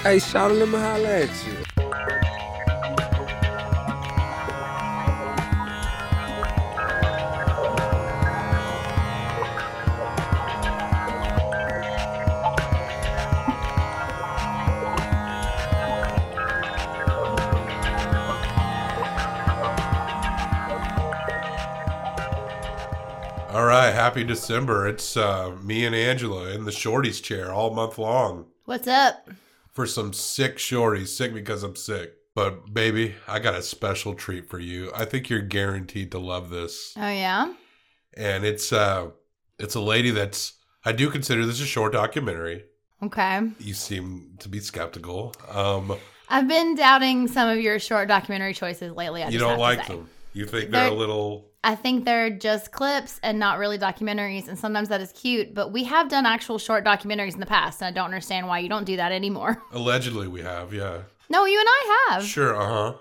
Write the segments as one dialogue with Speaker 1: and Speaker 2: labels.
Speaker 1: Hey, shout out to holla at you.
Speaker 2: All right, happy December. It's uh, me and Angela in the shorties chair all month long
Speaker 3: What's up?
Speaker 2: for some sick shorties. Sick because I'm sick. But baby, I got a special treat for you. I think you're guaranteed to love this.
Speaker 3: Oh yeah.
Speaker 2: And it's uh it's a lady that's I do consider this a short documentary.
Speaker 3: Okay.
Speaker 2: You seem to be skeptical. Um
Speaker 3: I've been doubting some of your short documentary choices lately. I
Speaker 2: you
Speaker 3: just
Speaker 2: don't
Speaker 3: have to
Speaker 2: like
Speaker 3: say.
Speaker 2: them. You think they're a
Speaker 3: They're-
Speaker 2: little
Speaker 3: I think they're just clips and not really documentaries, and sometimes that is cute. But we have done actual short documentaries in the past, and I don't understand why you don't do that anymore.
Speaker 2: allegedly we have, yeah.
Speaker 3: No, you and I have.
Speaker 2: Sure, uh-huh.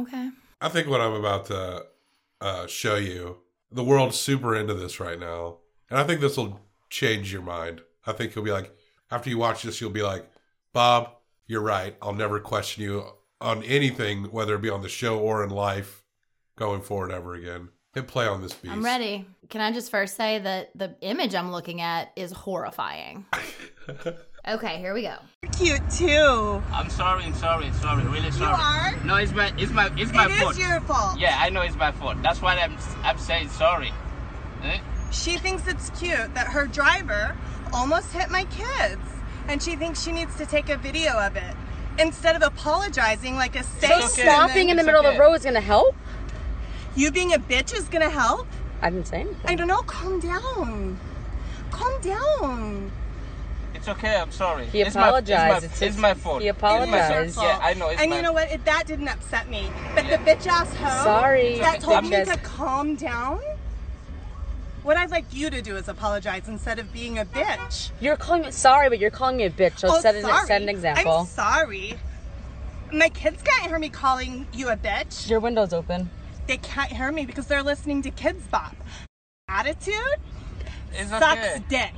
Speaker 3: Okay.
Speaker 2: I think what I'm about to uh, show you, the world's super into this right now. And I think this will change your mind. I think you'll be like, after you watch this, you'll be like, Bob, you're right. I'll never question you on anything, whether it be on the show or in life going forward ever again. Hit play on this beast.
Speaker 3: I'm ready. Can I just first say that the image I'm looking at is horrifying. okay, here we go.
Speaker 4: cute too.
Speaker 5: I'm sorry, I'm sorry, sorry, really sorry.
Speaker 4: are?
Speaker 5: No, it's my, it's my, it's my
Speaker 4: It
Speaker 5: fault.
Speaker 4: is your fault.
Speaker 5: Yeah, I know it's my fault. That's why I'm, I'm saying sorry. Eh?
Speaker 4: She thinks it's cute that her driver almost hit my kids, and she thinks she needs to take a video of it instead of apologizing like a
Speaker 6: So
Speaker 4: saint.
Speaker 6: stopping in the
Speaker 5: It's
Speaker 6: middle of
Speaker 5: okay.
Speaker 6: the road is gonna help?
Speaker 4: You being a bitch is gonna help.
Speaker 6: I didn't say anything.
Speaker 4: I don't know. Calm down. Calm down.
Speaker 5: It's okay. I'm sorry.
Speaker 6: He
Speaker 5: it's My,
Speaker 6: apologized.
Speaker 5: it's,
Speaker 6: It's
Speaker 5: my,
Speaker 6: his-
Speaker 5: it's my fault.
Speaker 6: he
Speaker 5: It's my fault.
Speaker 6: apologized.
Speaker 5: Yeah, I know. It's
Speaker 4: and
Speaker 5: my
Speaker 4: you know what? It, that didn't upset me. But the bitch ass hoe
Speaker 6: Sorry.
Speaker 4: that told me
Speaker 6: Because-
Speaker 4: to calm down. What I'd like you to do is apologize instead of being a bitch.
Speaker 6: You're calling me sorry, but you're calling me a bitch. So set, an,
Speaker 4: Oh, sorry.
Speaker 6: set an example.
Speaker 4: I'm sorry. My kids can't hear me calling you a bitch.
Speaker 6: Your window's open.
Speaker 4: They can't hear me because they're listening to Kids Bop. Attitude
Speaker 5: It's
Speaker 4: sucks
Speaker 5: okay.
Speaker 4: dick.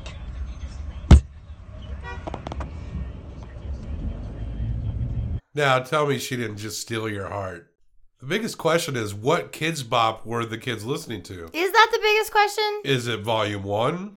Speaker 2: Now tell me she didn't just steal your heart. The biggest question is what kids bop were the kids listening to?
Speaker 3: Is that the biggest question?
Speaker 2: Is it volume one?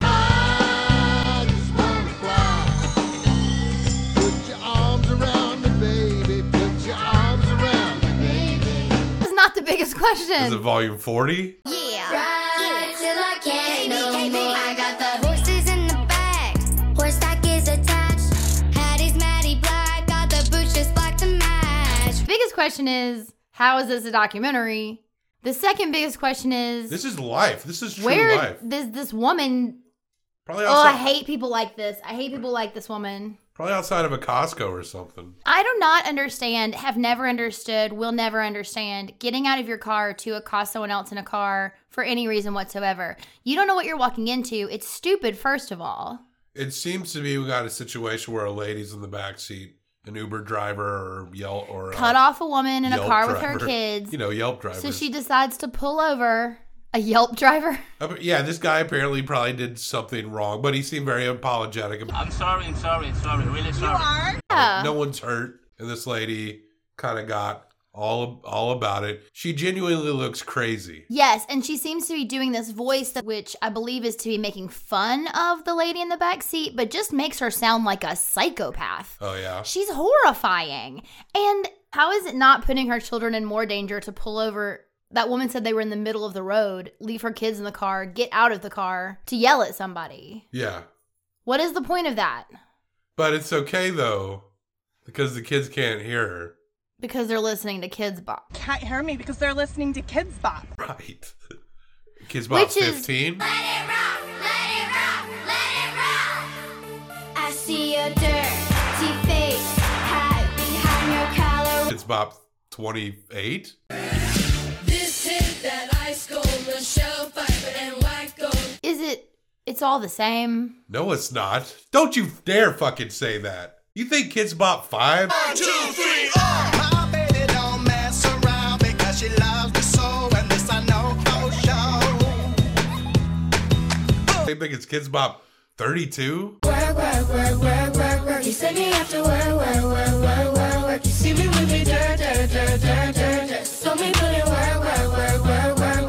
Speaker 3: It's not the biggest
Speaker 2: Is it
Speaker 3: question.
Speaker 2: volume 40?
Speaker 7: Ride till I can't no more. I got the horses in the back. Horse stock is attached. Hat is Maddie Black. Got the boots just black to match.
Speaker 3: biggest question is how is this a documentary? The second biggest question is
Speaker 2: This is life. This is true
Speaker 3: where
Speaker 2: life.
Speaker 3: does this woman?
Speaker 2: Probably
Speaker 3: Oh, I
Speaker 2: outside,
Speaker 3: hate people like this. I hate people like this woman.
Speaker 2: probably outside of a Costco or something.
Speaker 3: I do not understand, have never understood, will never understand getting out of your car to accost someone else in a car for any reason whatsoever. You don't know what you're walking into. It's stupid, first of all.
Speaker 2: It seems to be we got a situation where a lady's in the back seat, an Uber driver or Yelp or a
Speaker 3: Cut off a woman in a
Speaker 2: Yelp
Speaker 3: car with
Speaker 2: driver.
Speaker 3: her kids.
Speaker 2: You know, Yelp driver.
Speaker 3: so she decides to pull over a Yelp driver.
Speaker 2: Uh, yeah, this guy apparently probably did something wrong, but he seemed very apologetic. about
Speaker 5: I'm sorry. I'm sorry. Sorry, really sorry.
Speaker 3: Yeah.
Speaker 2: it. No one's hurt, and this lady kind of got all all about it. She genuinely looks crazy.
Speaker 3: Yes, and she seems to be doing this voice that which I believe is to be making fun of the lady in the back seat, but just makes her sound like a psychopath.
Speaker 2: Oh yeah,
Speaker 3: She's horrifying. And how is it not putting her children in more danger to pull over? That woman said they were in the middle of the road, leave her kids in the car, get out of the car to yell at somebody.
Speaker 2: yeah.
Speaker 3: What is the point of that?
Speaker 2: But it's okay though, because the kids can't hear her.
Speaker 3: Because they're listening to Kids Bop.
Speaker 4: Can't hear me because they're listening to Kids Bop.
Speaker 2: Right. Kids about
Speaker 3: Which is-
Speaker 2: fifteen.
Speaker 7: Let it rock, let it rock, let it rock. I see your dirty face hide behind your collar.
Speaker 2: It's Bob 28.
Speaker 3: Is it it's all the same?
Speaker 2: No, it's not. Don't you dare fucking say that. You think Kids Bop 5? They think it's Kids Bop 32?
Speaker 7: Work, work, work, work, work, work. You send me after work, work, work, work,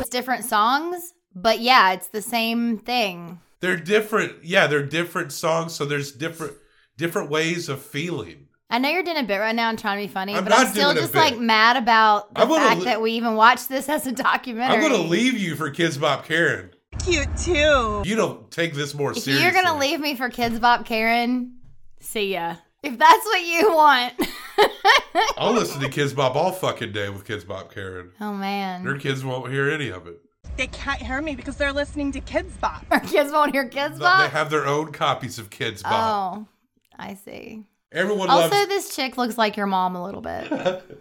Speaker 3: different songs, but yeah, it's the same thing.
Speaker 2: They're different. Yeah, they're different songs, so there's different different ways of feeling.
Speaker 3: I know you're doing a bit right now and trying to be funny,
Speaker 2: I'm
Speaker 3: but I'm
Speaker 2: not
Speaker 3: still
Speaker 2: doing a
Speaker 3: just
Speaker 2: bit.
Speaker 3: like mad about the
Speaker 2: I'm gonna
Speaker 3: fact
Speaker 2: li-
Speaker 3: that we even watched this as a documentary.
Speaker 2: I'm gonna leave you for Kids Bop Karen.
Speaker 4: Cute too.
Speaker 2: You don't take this more
Speaker 3: If
Speaker 2: seriously.
Speaker 3: you're gonna leave me for Kids Bop Karen, see ya. If that's what you want.
Speaker 2: I'll listen to Kids Bop all fucking day with Kids Bop Karen. Their
Speaker 3: oh man.
Speaker 2: kids won't hear any of it.
Speaker 4: They can't hear me because they're listening to Kids Bop.
Speaker 3: Our kids won't hear Kids
Speaker 2: Th- They
Speaker 3: Bop.
Speaker 2: have their own copies of Kids Bop.
Speaker 3: Oh, I see.
Speaker 2: Everyone
Speaker 3: Also,
Speaker 2: loves.
Speaker 3: this chick looks like your mom a little bit.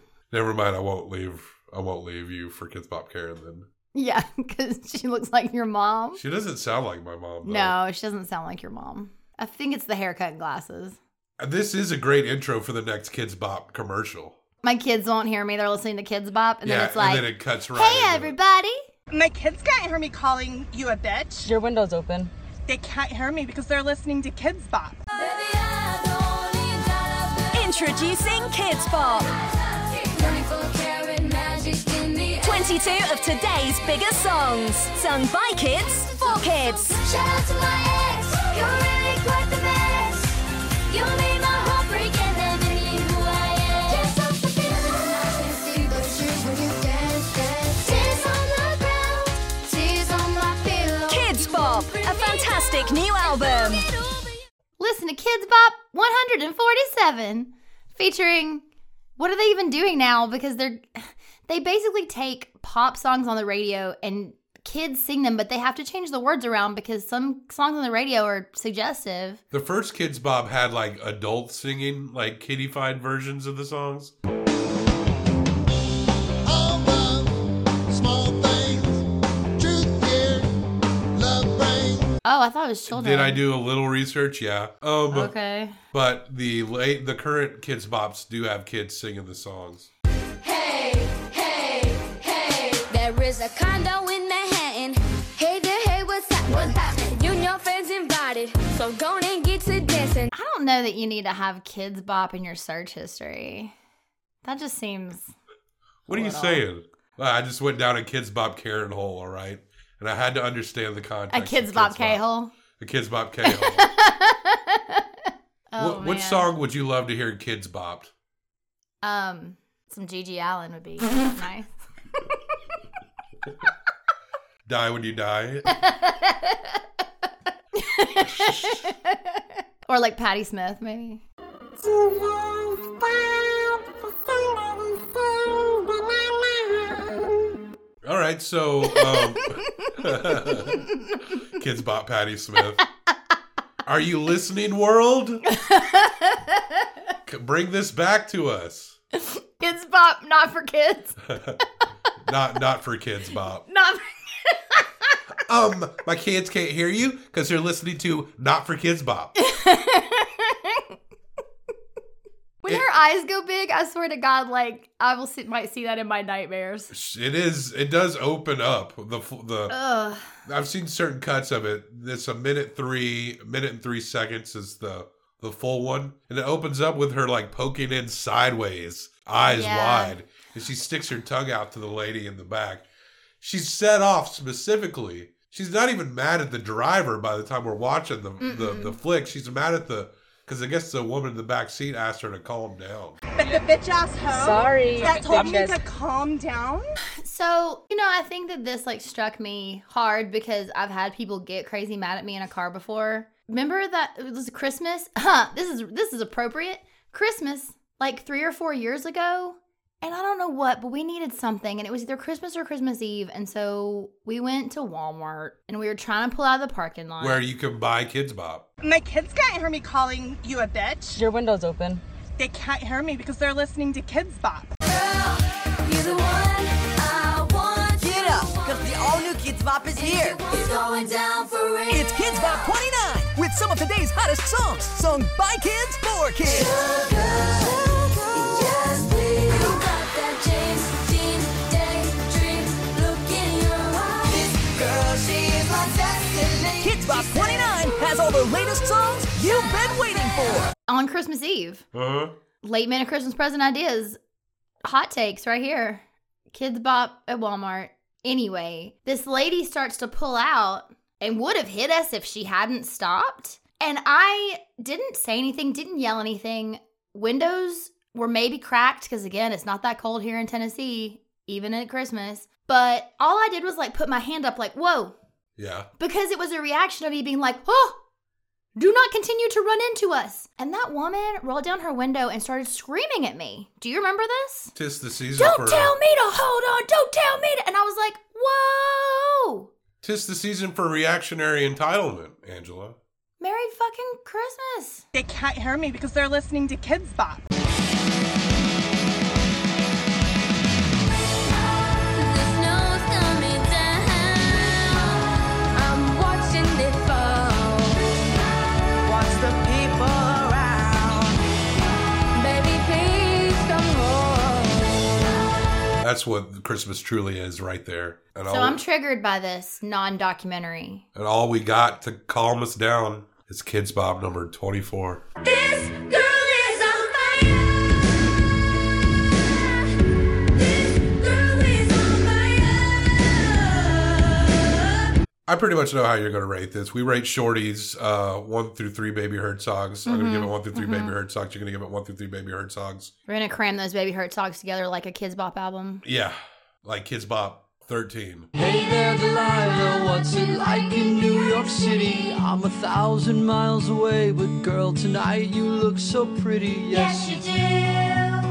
Speaker 2: Never mind. I won't leave. I won't leave you for Kids Bop Karen. Then
Speaker 3: Yeah, because she looks like your mom.
Speaker 2: she doesn't sound like my mom. Though.
Speaker 3: No, she doesn't sound like your mom. I think it's the haircut and glasses.
Speaker 2: This is a great intro for the next Kids Bop commercial.
Speaker 3: My kids won't hear me. They're listening to Kids Bop, and
Speaker 2: yeah,
Speaker 3: then it's like,
Speaker 2: and then it cuts right.
Speaker 3: "Hey,
Speaker 2: into it.
Speaker 3: everybody!"
Speaker 4: My kids can't hear me calling you a bitch.
Speaker 6: Your window's open.
Speaker 4: They can't hear me because they're listening to Kids Bop.
Speaker 8: Introducing Kids Bop, 22 of today's biggest songs, sung by kids for kids.
Speaker 7: Shout out to my ex, you're really quite the best. You made my heart break and then you knew who I am. Kiss off the pillow. when you dance, dance. Tears on the ground, tears on my pillow.
Speaker 8: Kids Bop, a fantastic new album.
Speaker 3: Listen to Kids Bop 147, featuring. What are they even doing now? Because they're they basically take pop songs on the radio and kids sing them, but they have to change the words around because some songs on the radio are suggestive.
Speaker 2: The first Kids Bop had like adult singing, like kiddified versions of the songs.
Speaker 3: Oh, I thought it was children.
Speaker 2: Did I do a little research? Yeah. Um,
Speaker 3: Okay.
Speaker 2: But the late, the current Kids Bops do have kids singing the songs.
Speaker 7: Hey, hey, hey. There is a condo in Manhattan. Hey there, hey, what's up? What's happening? You and your friends invited, so go on and get to dancing.
Speaker 3: I don't know that you need to have kids bop in your search history. That just seems
Speaker 2: What are you saying? Uh, I just went down a Kids Bop Karen hole, all right? And I had to understand the context.
Speaker 3: a
Speaker 2: of
Speaker 3: kids bop K hole.
Speaker 2: A Kids Bop K hole.
Speaker 3: Oh,
Speaker 2: what, which
Speaker 3: man.
Speaker 2: song would you love to hear Kids Bopped?
Speaker 3: Um, some Gigi Allen would be nice.
Speaker 2: Die When You Die?
Speaker 3: Or like Patti Smith, maybe.
Speaker 2: all right, so um, Kids Bop Patty Smith. Are you listening, world? C- Bring this back to us.
Speaker 3: Kids bop, not for kids.
Speaker 2: Not not for Kids Bop.
Speaker 3: Not for-
Speaker 2: Um, my kids can't hear you because they're listening to Not for Kids Bop.
Speaker 3: when her eyes go big, I swear to God, like I will see, might see that in my nightmares.
Speaker 2: It is. It does open up the f- the.
Speaker 3: Ugh.
Speaker 2: I've seen certain cuts of it. It's a minute three, minute and three seconds is the the full one, and it opens up with her like poking in sideways, eyes
Speaker 3: Yeah.
Speaker 2: wide, and she sticks her tongue out to the lady in the back. She's set off specifically. She's not even mad at the driver by the time we're watching the the, the flick. She's mad at the because I guess the woman in the back seat asked her to calm down.
Speaker 4: But the bitch ass hoe
Speaker 6: Sorry,
Speaker 4: that told me
Speaker 6: bitches.
Speaker 4: to calm down.
Speaker 3: So, you know, I think that this like struck me hard because I've had people get crazy mad at me in a car before. Remember that it was Christmas? Huh, this is this is appropriate. Christmas like 3 or 4 years ago, and I don't know what, but we needed something and it was either Christmas or Christmas Eve, and so we went to Walmart and we were trying to pull out of the parking lot.
Speaker 2: Where you can buy Kids Bop.
Speaker 4: My kids can't hear me calling you a bitch.
Speaker 6: Your window's open.
Speaker 4: They can't hear me because they're listening to Kids Bop.
Speaker 8: You're the one I want.
Speaker 9: Get up, because the all new Kids Bop is here.
Speaker 8: It's going down for real.
Speaker 9: It's Kids Bop 29 with some of today's hottest songs, sung by kids for kids.
Speaker 8: Yes, please.
Speaker 7: You got that James Dean daydream look in your eyes.
Speaker 9: Girl, she is my destiny. Kids Bop 29 has all the latest songs you've been waiting for.
Speaker 3: on Christmas Eve.
Speaker 2: Uh huh.
Speaker 3: Late minute Christmas present ideas. Hot takes right here. Kids bop at Walmart. Anyway, this lady starts to pull out and would have hit us if she hadn't stopped. And I didn't say anything, didn't yell anything. Windows were maybe cracked because, again, it's not that cold here in Tennessee, even at Christmas. But all I did was like put my hand up, like, whoa,
Speaker 2: Yeah.
Speaker 3: because it was a reaction of me being like, oh, do not continue to run into us. And that woman rolled down her window and started screaming at me. Do you remember this?
Speaker 2: Tis the season
Speaker 3: Don't
Speaker 2: for
Speaker 3: tell me to hold on. Don't tell me to. And I was like, whoa,
Speaker 2: Tis the season for reactionary entitlement, Angela.
Speaker 3: Merry fucking Christmas.
Speaker 4: They can't hear me because they're listening to Kids Bop.
Speaker 9: Watch the people around.
Speaker 2: That's what Christmas truly is, right there. And
Speaker 3: So
Speaker 2: all,
Speaker 3: I'm triggered by this non documentary.
Speaker 2: and all we got to calm us down is Kids Bob number twenty-four.
Speaker 7: This girl is on fire. This girl is on fire.
Speaker 2: I pretty much know how you're going to rate this. We rate Shorty's uh, one through three Baby Herd songs. I'm
Speaker 3: Mm-hmm.
Speaker 2: going to give it one through 3 Baby Herd songs. You're going to give it one through three Baby Herd songs.
Speaker 3: We're going to cram those Baby Hurt songs together like a Kids Bop album.
Speaker 2: Yeah, like Kids Bop 13.
Speaker 10: Hey there, Delilah, what's it like in New York City? I'm a thousand miles away, but girl, tonight you look so pretty. Yes,
Speaker 7: Yes, you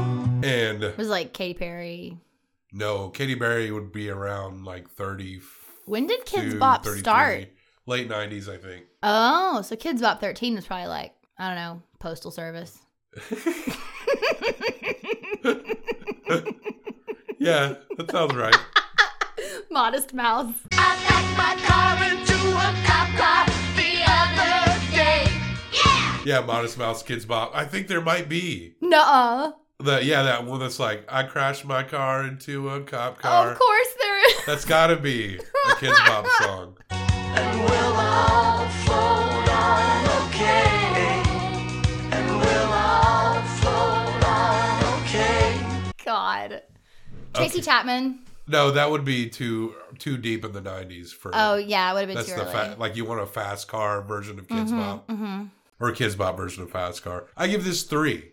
Speaker 7: do.
Speaker 2: And
Speaker 3: It was like Katy Perry.
Speaker 2: no, Katy Perry would be around like 30.
Speaker 3: When did Kids Bop start?
Speaker 2: Late 90s, I think.
Speaker 3: Oh, so Kids Bop 13 was probably like, I don't know, Postal Service.
Speaker 2: Yeah, that sounds right.
Speaker 3: Modest Mouse.
Speaker 7: I packed my car into a cop car the other day. Yeah.
Speaker 2: Yeah, Modest Mouse, Kids Bop. I think there might be.
Speaker 3: Nuh-uh.
Speaker 2: That, yeah, that one that's like, I crashed my car into a cop car.
Speaker 3: Of course there is.
Speaker 2: That's got to be a Kids Bop song.
Speaker 3: God. Tracy Chapman.
Speaker 2: No, that would be too too deep in the nineties for.
Speaker 3: Oh yeah, Mm-hmm, it would have been
Speaker 2: that's
Speaker 3: too
Speaker 2: the
Speaker 3: early.
Speaker 2: fa- like you want a fast car version of Kids Bop or Kids Bop version of Fast Car. I give this three.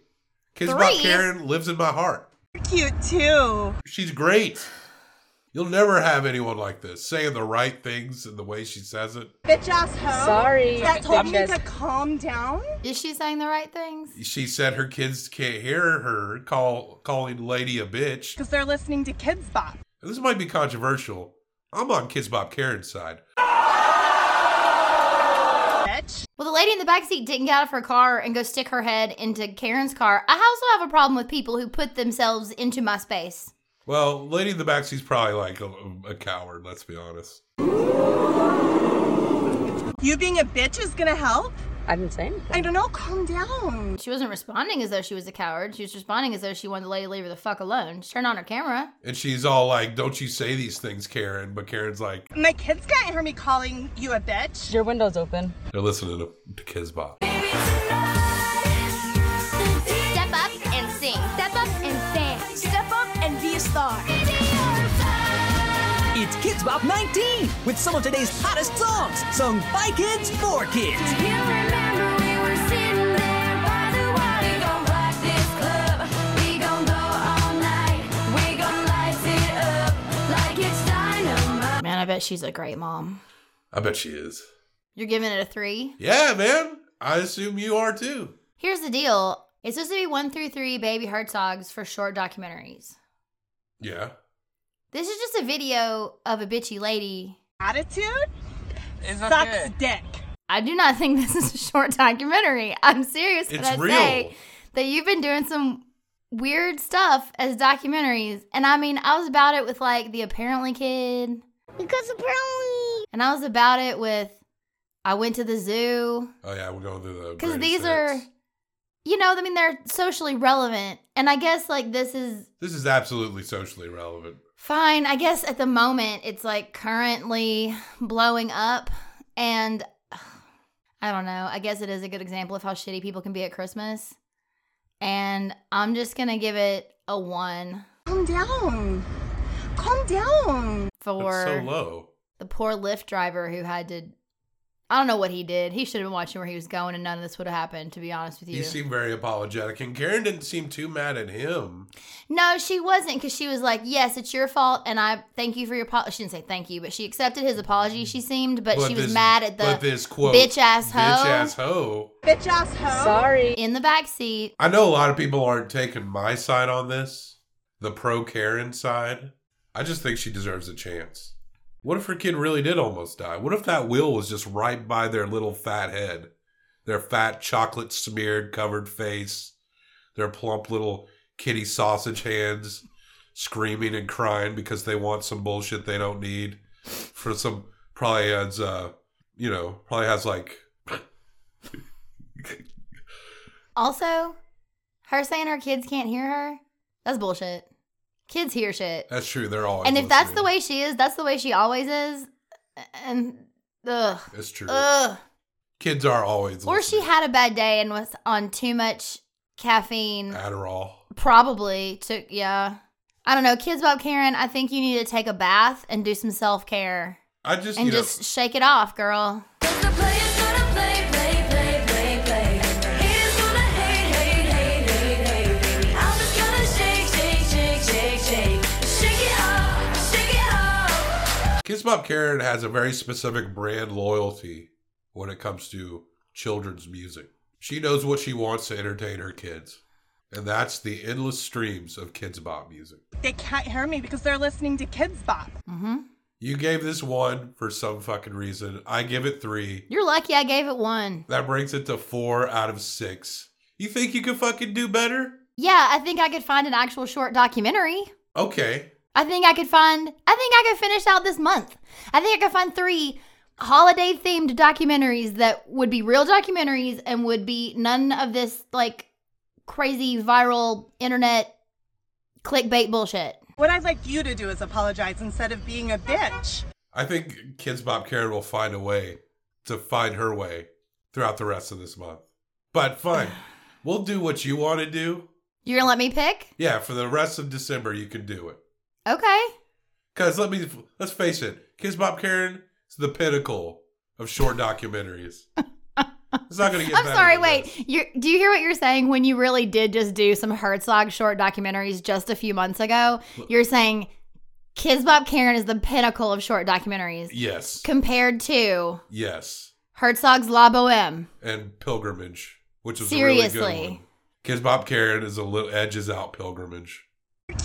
Speaker 2: Kids Bop
Speaker 3: Three?
Speaker 2: Karen lives in my heart.
Speaker 4: Cute too.
Speaker 2: She's great. You'll never have anyone like this saying the right things and the way she says it.
Speaker 4: Bitch ass hoe.
Speaker 6: Sorry,
Speaker 4: That told me
Speaker 6: bitches.
Speaker 4: to calm down.
Speaker 3: Is she saying the right things?
Speaker 2: She said her kids can't hear her call calling lady a bitch.
Speaker 4: Because they're listening to Kids Bop.
Speaker 2: This might be controversial. I'm on Kids Bop Karen's side.
Speaker 4: Bitch.
Speaker 3: Well, the lady in the backseat didn't get out of her car and go stick her head into Karen's car. I also have a problem with people who put themselves into my space.
Speaker 2: Well, lady in the backseat's probably like a, a coward. Let's be honest.
Speaker 4: You being a bitch is gonna help?
Speaker 6: I didn't say anything.
Speaker 4: I don't know, calm down.
Speaker 3: She wasn't responding as though she was a coward. She was responding as though she wanted the lady to leave her the fuck alone. Turn on her camera.
Speaker 2: And she's all like, Don't you say these things, Karen. But Karen's like,
Speaker 4: My kids can't hear me calling you a bitch.
Speaker 6: Your window's open.
Speaker 2: They're listening to, to Kizbop.
Speaker 3: Step up and sing.
Speaker 8: Step up and sing.
Speaker 9: Step up and be a star. It's Kids Bop 19 with some of today's hottest songs sung by kids for kids.
Speaker 7: You remember we were sitting there by the water. We gon' rock this club. We gon' go all night. We gon' light it up like it's dynamite.
Speaker 3: Man, I bet she's a great mom.
Speaker 2: I bet she is.
Speaker 3: You're giving it a three?
Speaker 2: Yeah, man. I assume you are too.
Speaker 3: Here's the deal. It's supposed to be one through three baby Herzogs for short documentaries.
Speaker 2: Yeah.
Speaker 3: This is just a video of a bitchy lady.
Speaker 4: Attitude
Speaker 5: It's not
Speaker 4: sucks
Speaker 5: good.
Speaker 4: dick.
Speaker 3: I do not think this is a short documentary. I'm serious when
Speaker 2: It's
Speaker 3: I
Speaker 2: real.
Speaker 3: say that you've been doing some weird stuff as documentaries. And I mean, I was about it with like the apparently kid,
Speaker 7: Because apparently
Speaker 3: and I was about it with I went to the zoo.
Speaker 2: Oh, yeah. We're going through the.
Speaker 3: Because
Speaker 2: greatest
Speaker 3: these are,
Speaker 2: hits.
Speaker 3: you know, I mean, they're socially relevant. And I guess like this is
Speaker 2: This is absolutely socially relevant.
Speaker 3: Fine. I guess at the moment it's like currently blowing up. And ugh, I don't know. I guess it is a good example of how shitty people can be at Christmas. And I'm just going to give it a one.
Speaker 4: Calm down. Calm down.
Speaker 3: for
Speaker 2: so low.
Speaker 3: the poor Lyft driver who had to. I don't know what he did. He should have been watching where he was going, and none of this would have happened. To be honest with you,
Speaker 2: He seemed very apologetic, and Karen didn't seem too mad at him.
Speaker 3: no, she wasn't, because she was like, "Yes, it's your fault, and I thank you for your apology." She didn't say thank you, but she accepted his apology. She seemed, but, she was
Speaker 2: this-
Speaker 3: mad at the
Speaker 2: but this quote
Speaker 3: bitch ass hoe
Speaker 2: Bitch ass hoe.
Speaker 4: Bitch ass hoe.
Speaker 6: Sorry.
Speaker 3: in the back seat.
Speaker 2: I know a lot of people aren't taking my side on this, the pro Karen side. I just think she deserves a chance. What if her kid really did almost die? What if that wheel was just right by their little fat head, their fat chocolate smeared covered face, their plump little kitty sausage hands screaming and crying because they want some bullshit they don't need for some probably has uh you know probably has like
Speaker 3: Also, her saying her kids can't hear her—that's bullshit. Kids hear shit,
Speaker 2: that's true they're all
Speaker 3: and if that's the way she is, that's the way she always is. And ugh,
Speaker 2: it's true
Speaker 3: ugh.
Speaker 2: kids are always
Speaker 3: Or she
Speaker 2: listening.
Speaker 3: had a bad day and was on too much caffeine.
Speaker 2: Adderall.
Speaker 3: Probably took, yeah. I don't know. Kids Bob Karen, I think you need to take a bath and do some self care
Speaker 2: I just
Speaker 3: and
Speaker 2: you
Speaker 3: just shake it off, girl.
Speaker 2: know, Kids Bob Karen has a very specific brand loyalty when it comes to children's music. She knows what she wants to entertain her kids, and that's the endless streams of Kids Bob music.
Speaker 4: They can't hear me because they're listening to Kids Bop.
Speaker 3: Mm-hmm.
Speaker 2: You gave this one for some fucking reason. I give it three.
Speaker 3: You're lucky I gave it one.
Speaker 2: That brings it to four out of six. You think you could fucking do better?
Speaker 3: Yeah, I think I could find an actual short documentary.
Speaker 2: Okay.
Speaker 3: I think I could find, I think I could finish out this month. I think I could find three holiday themed documentaries that would be real documentaries and would be none of this like crazy viral internet clickbait bullshit.
Speaker 4: What I'd like you to do is apologize instead of being a bitch.
Speaker 2: I think Kids Bob Karen will find a way to find her way throughout the rest of this month. But fine, we'll do what you want to do.
Speaker 3: You're gonna let me pick?
Speaker 2: Yeah, for the rest of December, you can do it.
Speaker 3: Okay.
Speaker 2: Cause let me let's face it, Kids Bob Karen is the pinnacle of short documentaries. it's not gonna get.
Speaker 3: I'm
Speaker 2: better
Speaker 3: sorry.
Speaker 2: than this.
Speaker 3: Wait. You do you hear what you're saying? When you really did just do some Herzog short documentaries just a few months ago, you're saying Kizbop Karen is the pinnacle of short documentaries
Speaker 2: Yes,
Speaker 3: compared to
Speaker 2: yes,
Speaker 3: Herzog's La Boheme.
Speaker 2: and Pilgrimage, which is a really
Speaker 3: Seriously.
Speaker 2: good one. Kids Bob Karen is a little edges out Pilgrimage.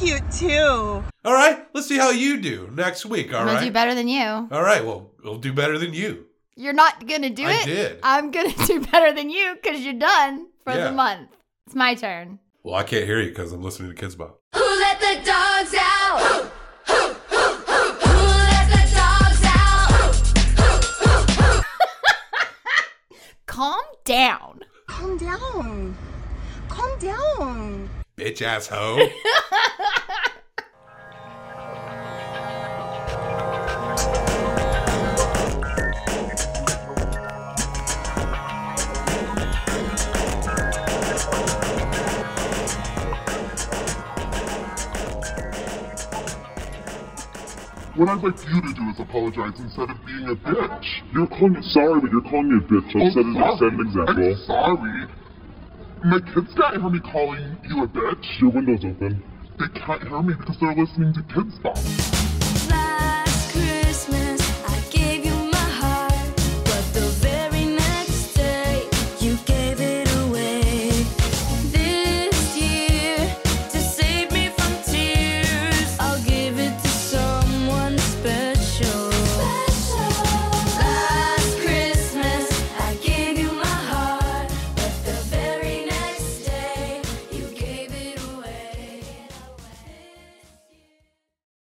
Speaker 4: Cute too.
Speaker 2: All right, let's see how you do next week. All
Speaker 3: I'm gonna do
Speaker 2: right,
Speaker 3: better than you.
Speaker 2: all right. Well, we'll do better than you.
Speaker 3: You're not gonna do
Speaker 2: I
Speaker 3: it.
Speaker 2: did.
Speaker 3: I'm gonna do better than you because you're done for
Speaker 2: Yeah.
Speaker 3: the month. It's my turn.
Speaker 2: Well, I can't hear you because I'm listening to Kids Bob.
Speaker 7: Who let the dogs out? Who, who, who, who, who let the dogs out? Who,
Speaker 3: Calm down.
Speaker 4: Calm down. Calm down.
Speaker 2: Bitch ass hoe.
Speaker 11: What I'd like you to do is apologize instead of being a bitch. You're calling me sorry, but you're calling me a bitch. I'll set, an, set an example. Oh, I'm sorry. My kids can't hear me calling you a bitch. Your window's open. They can't hear me because they're listening to Kids Bop.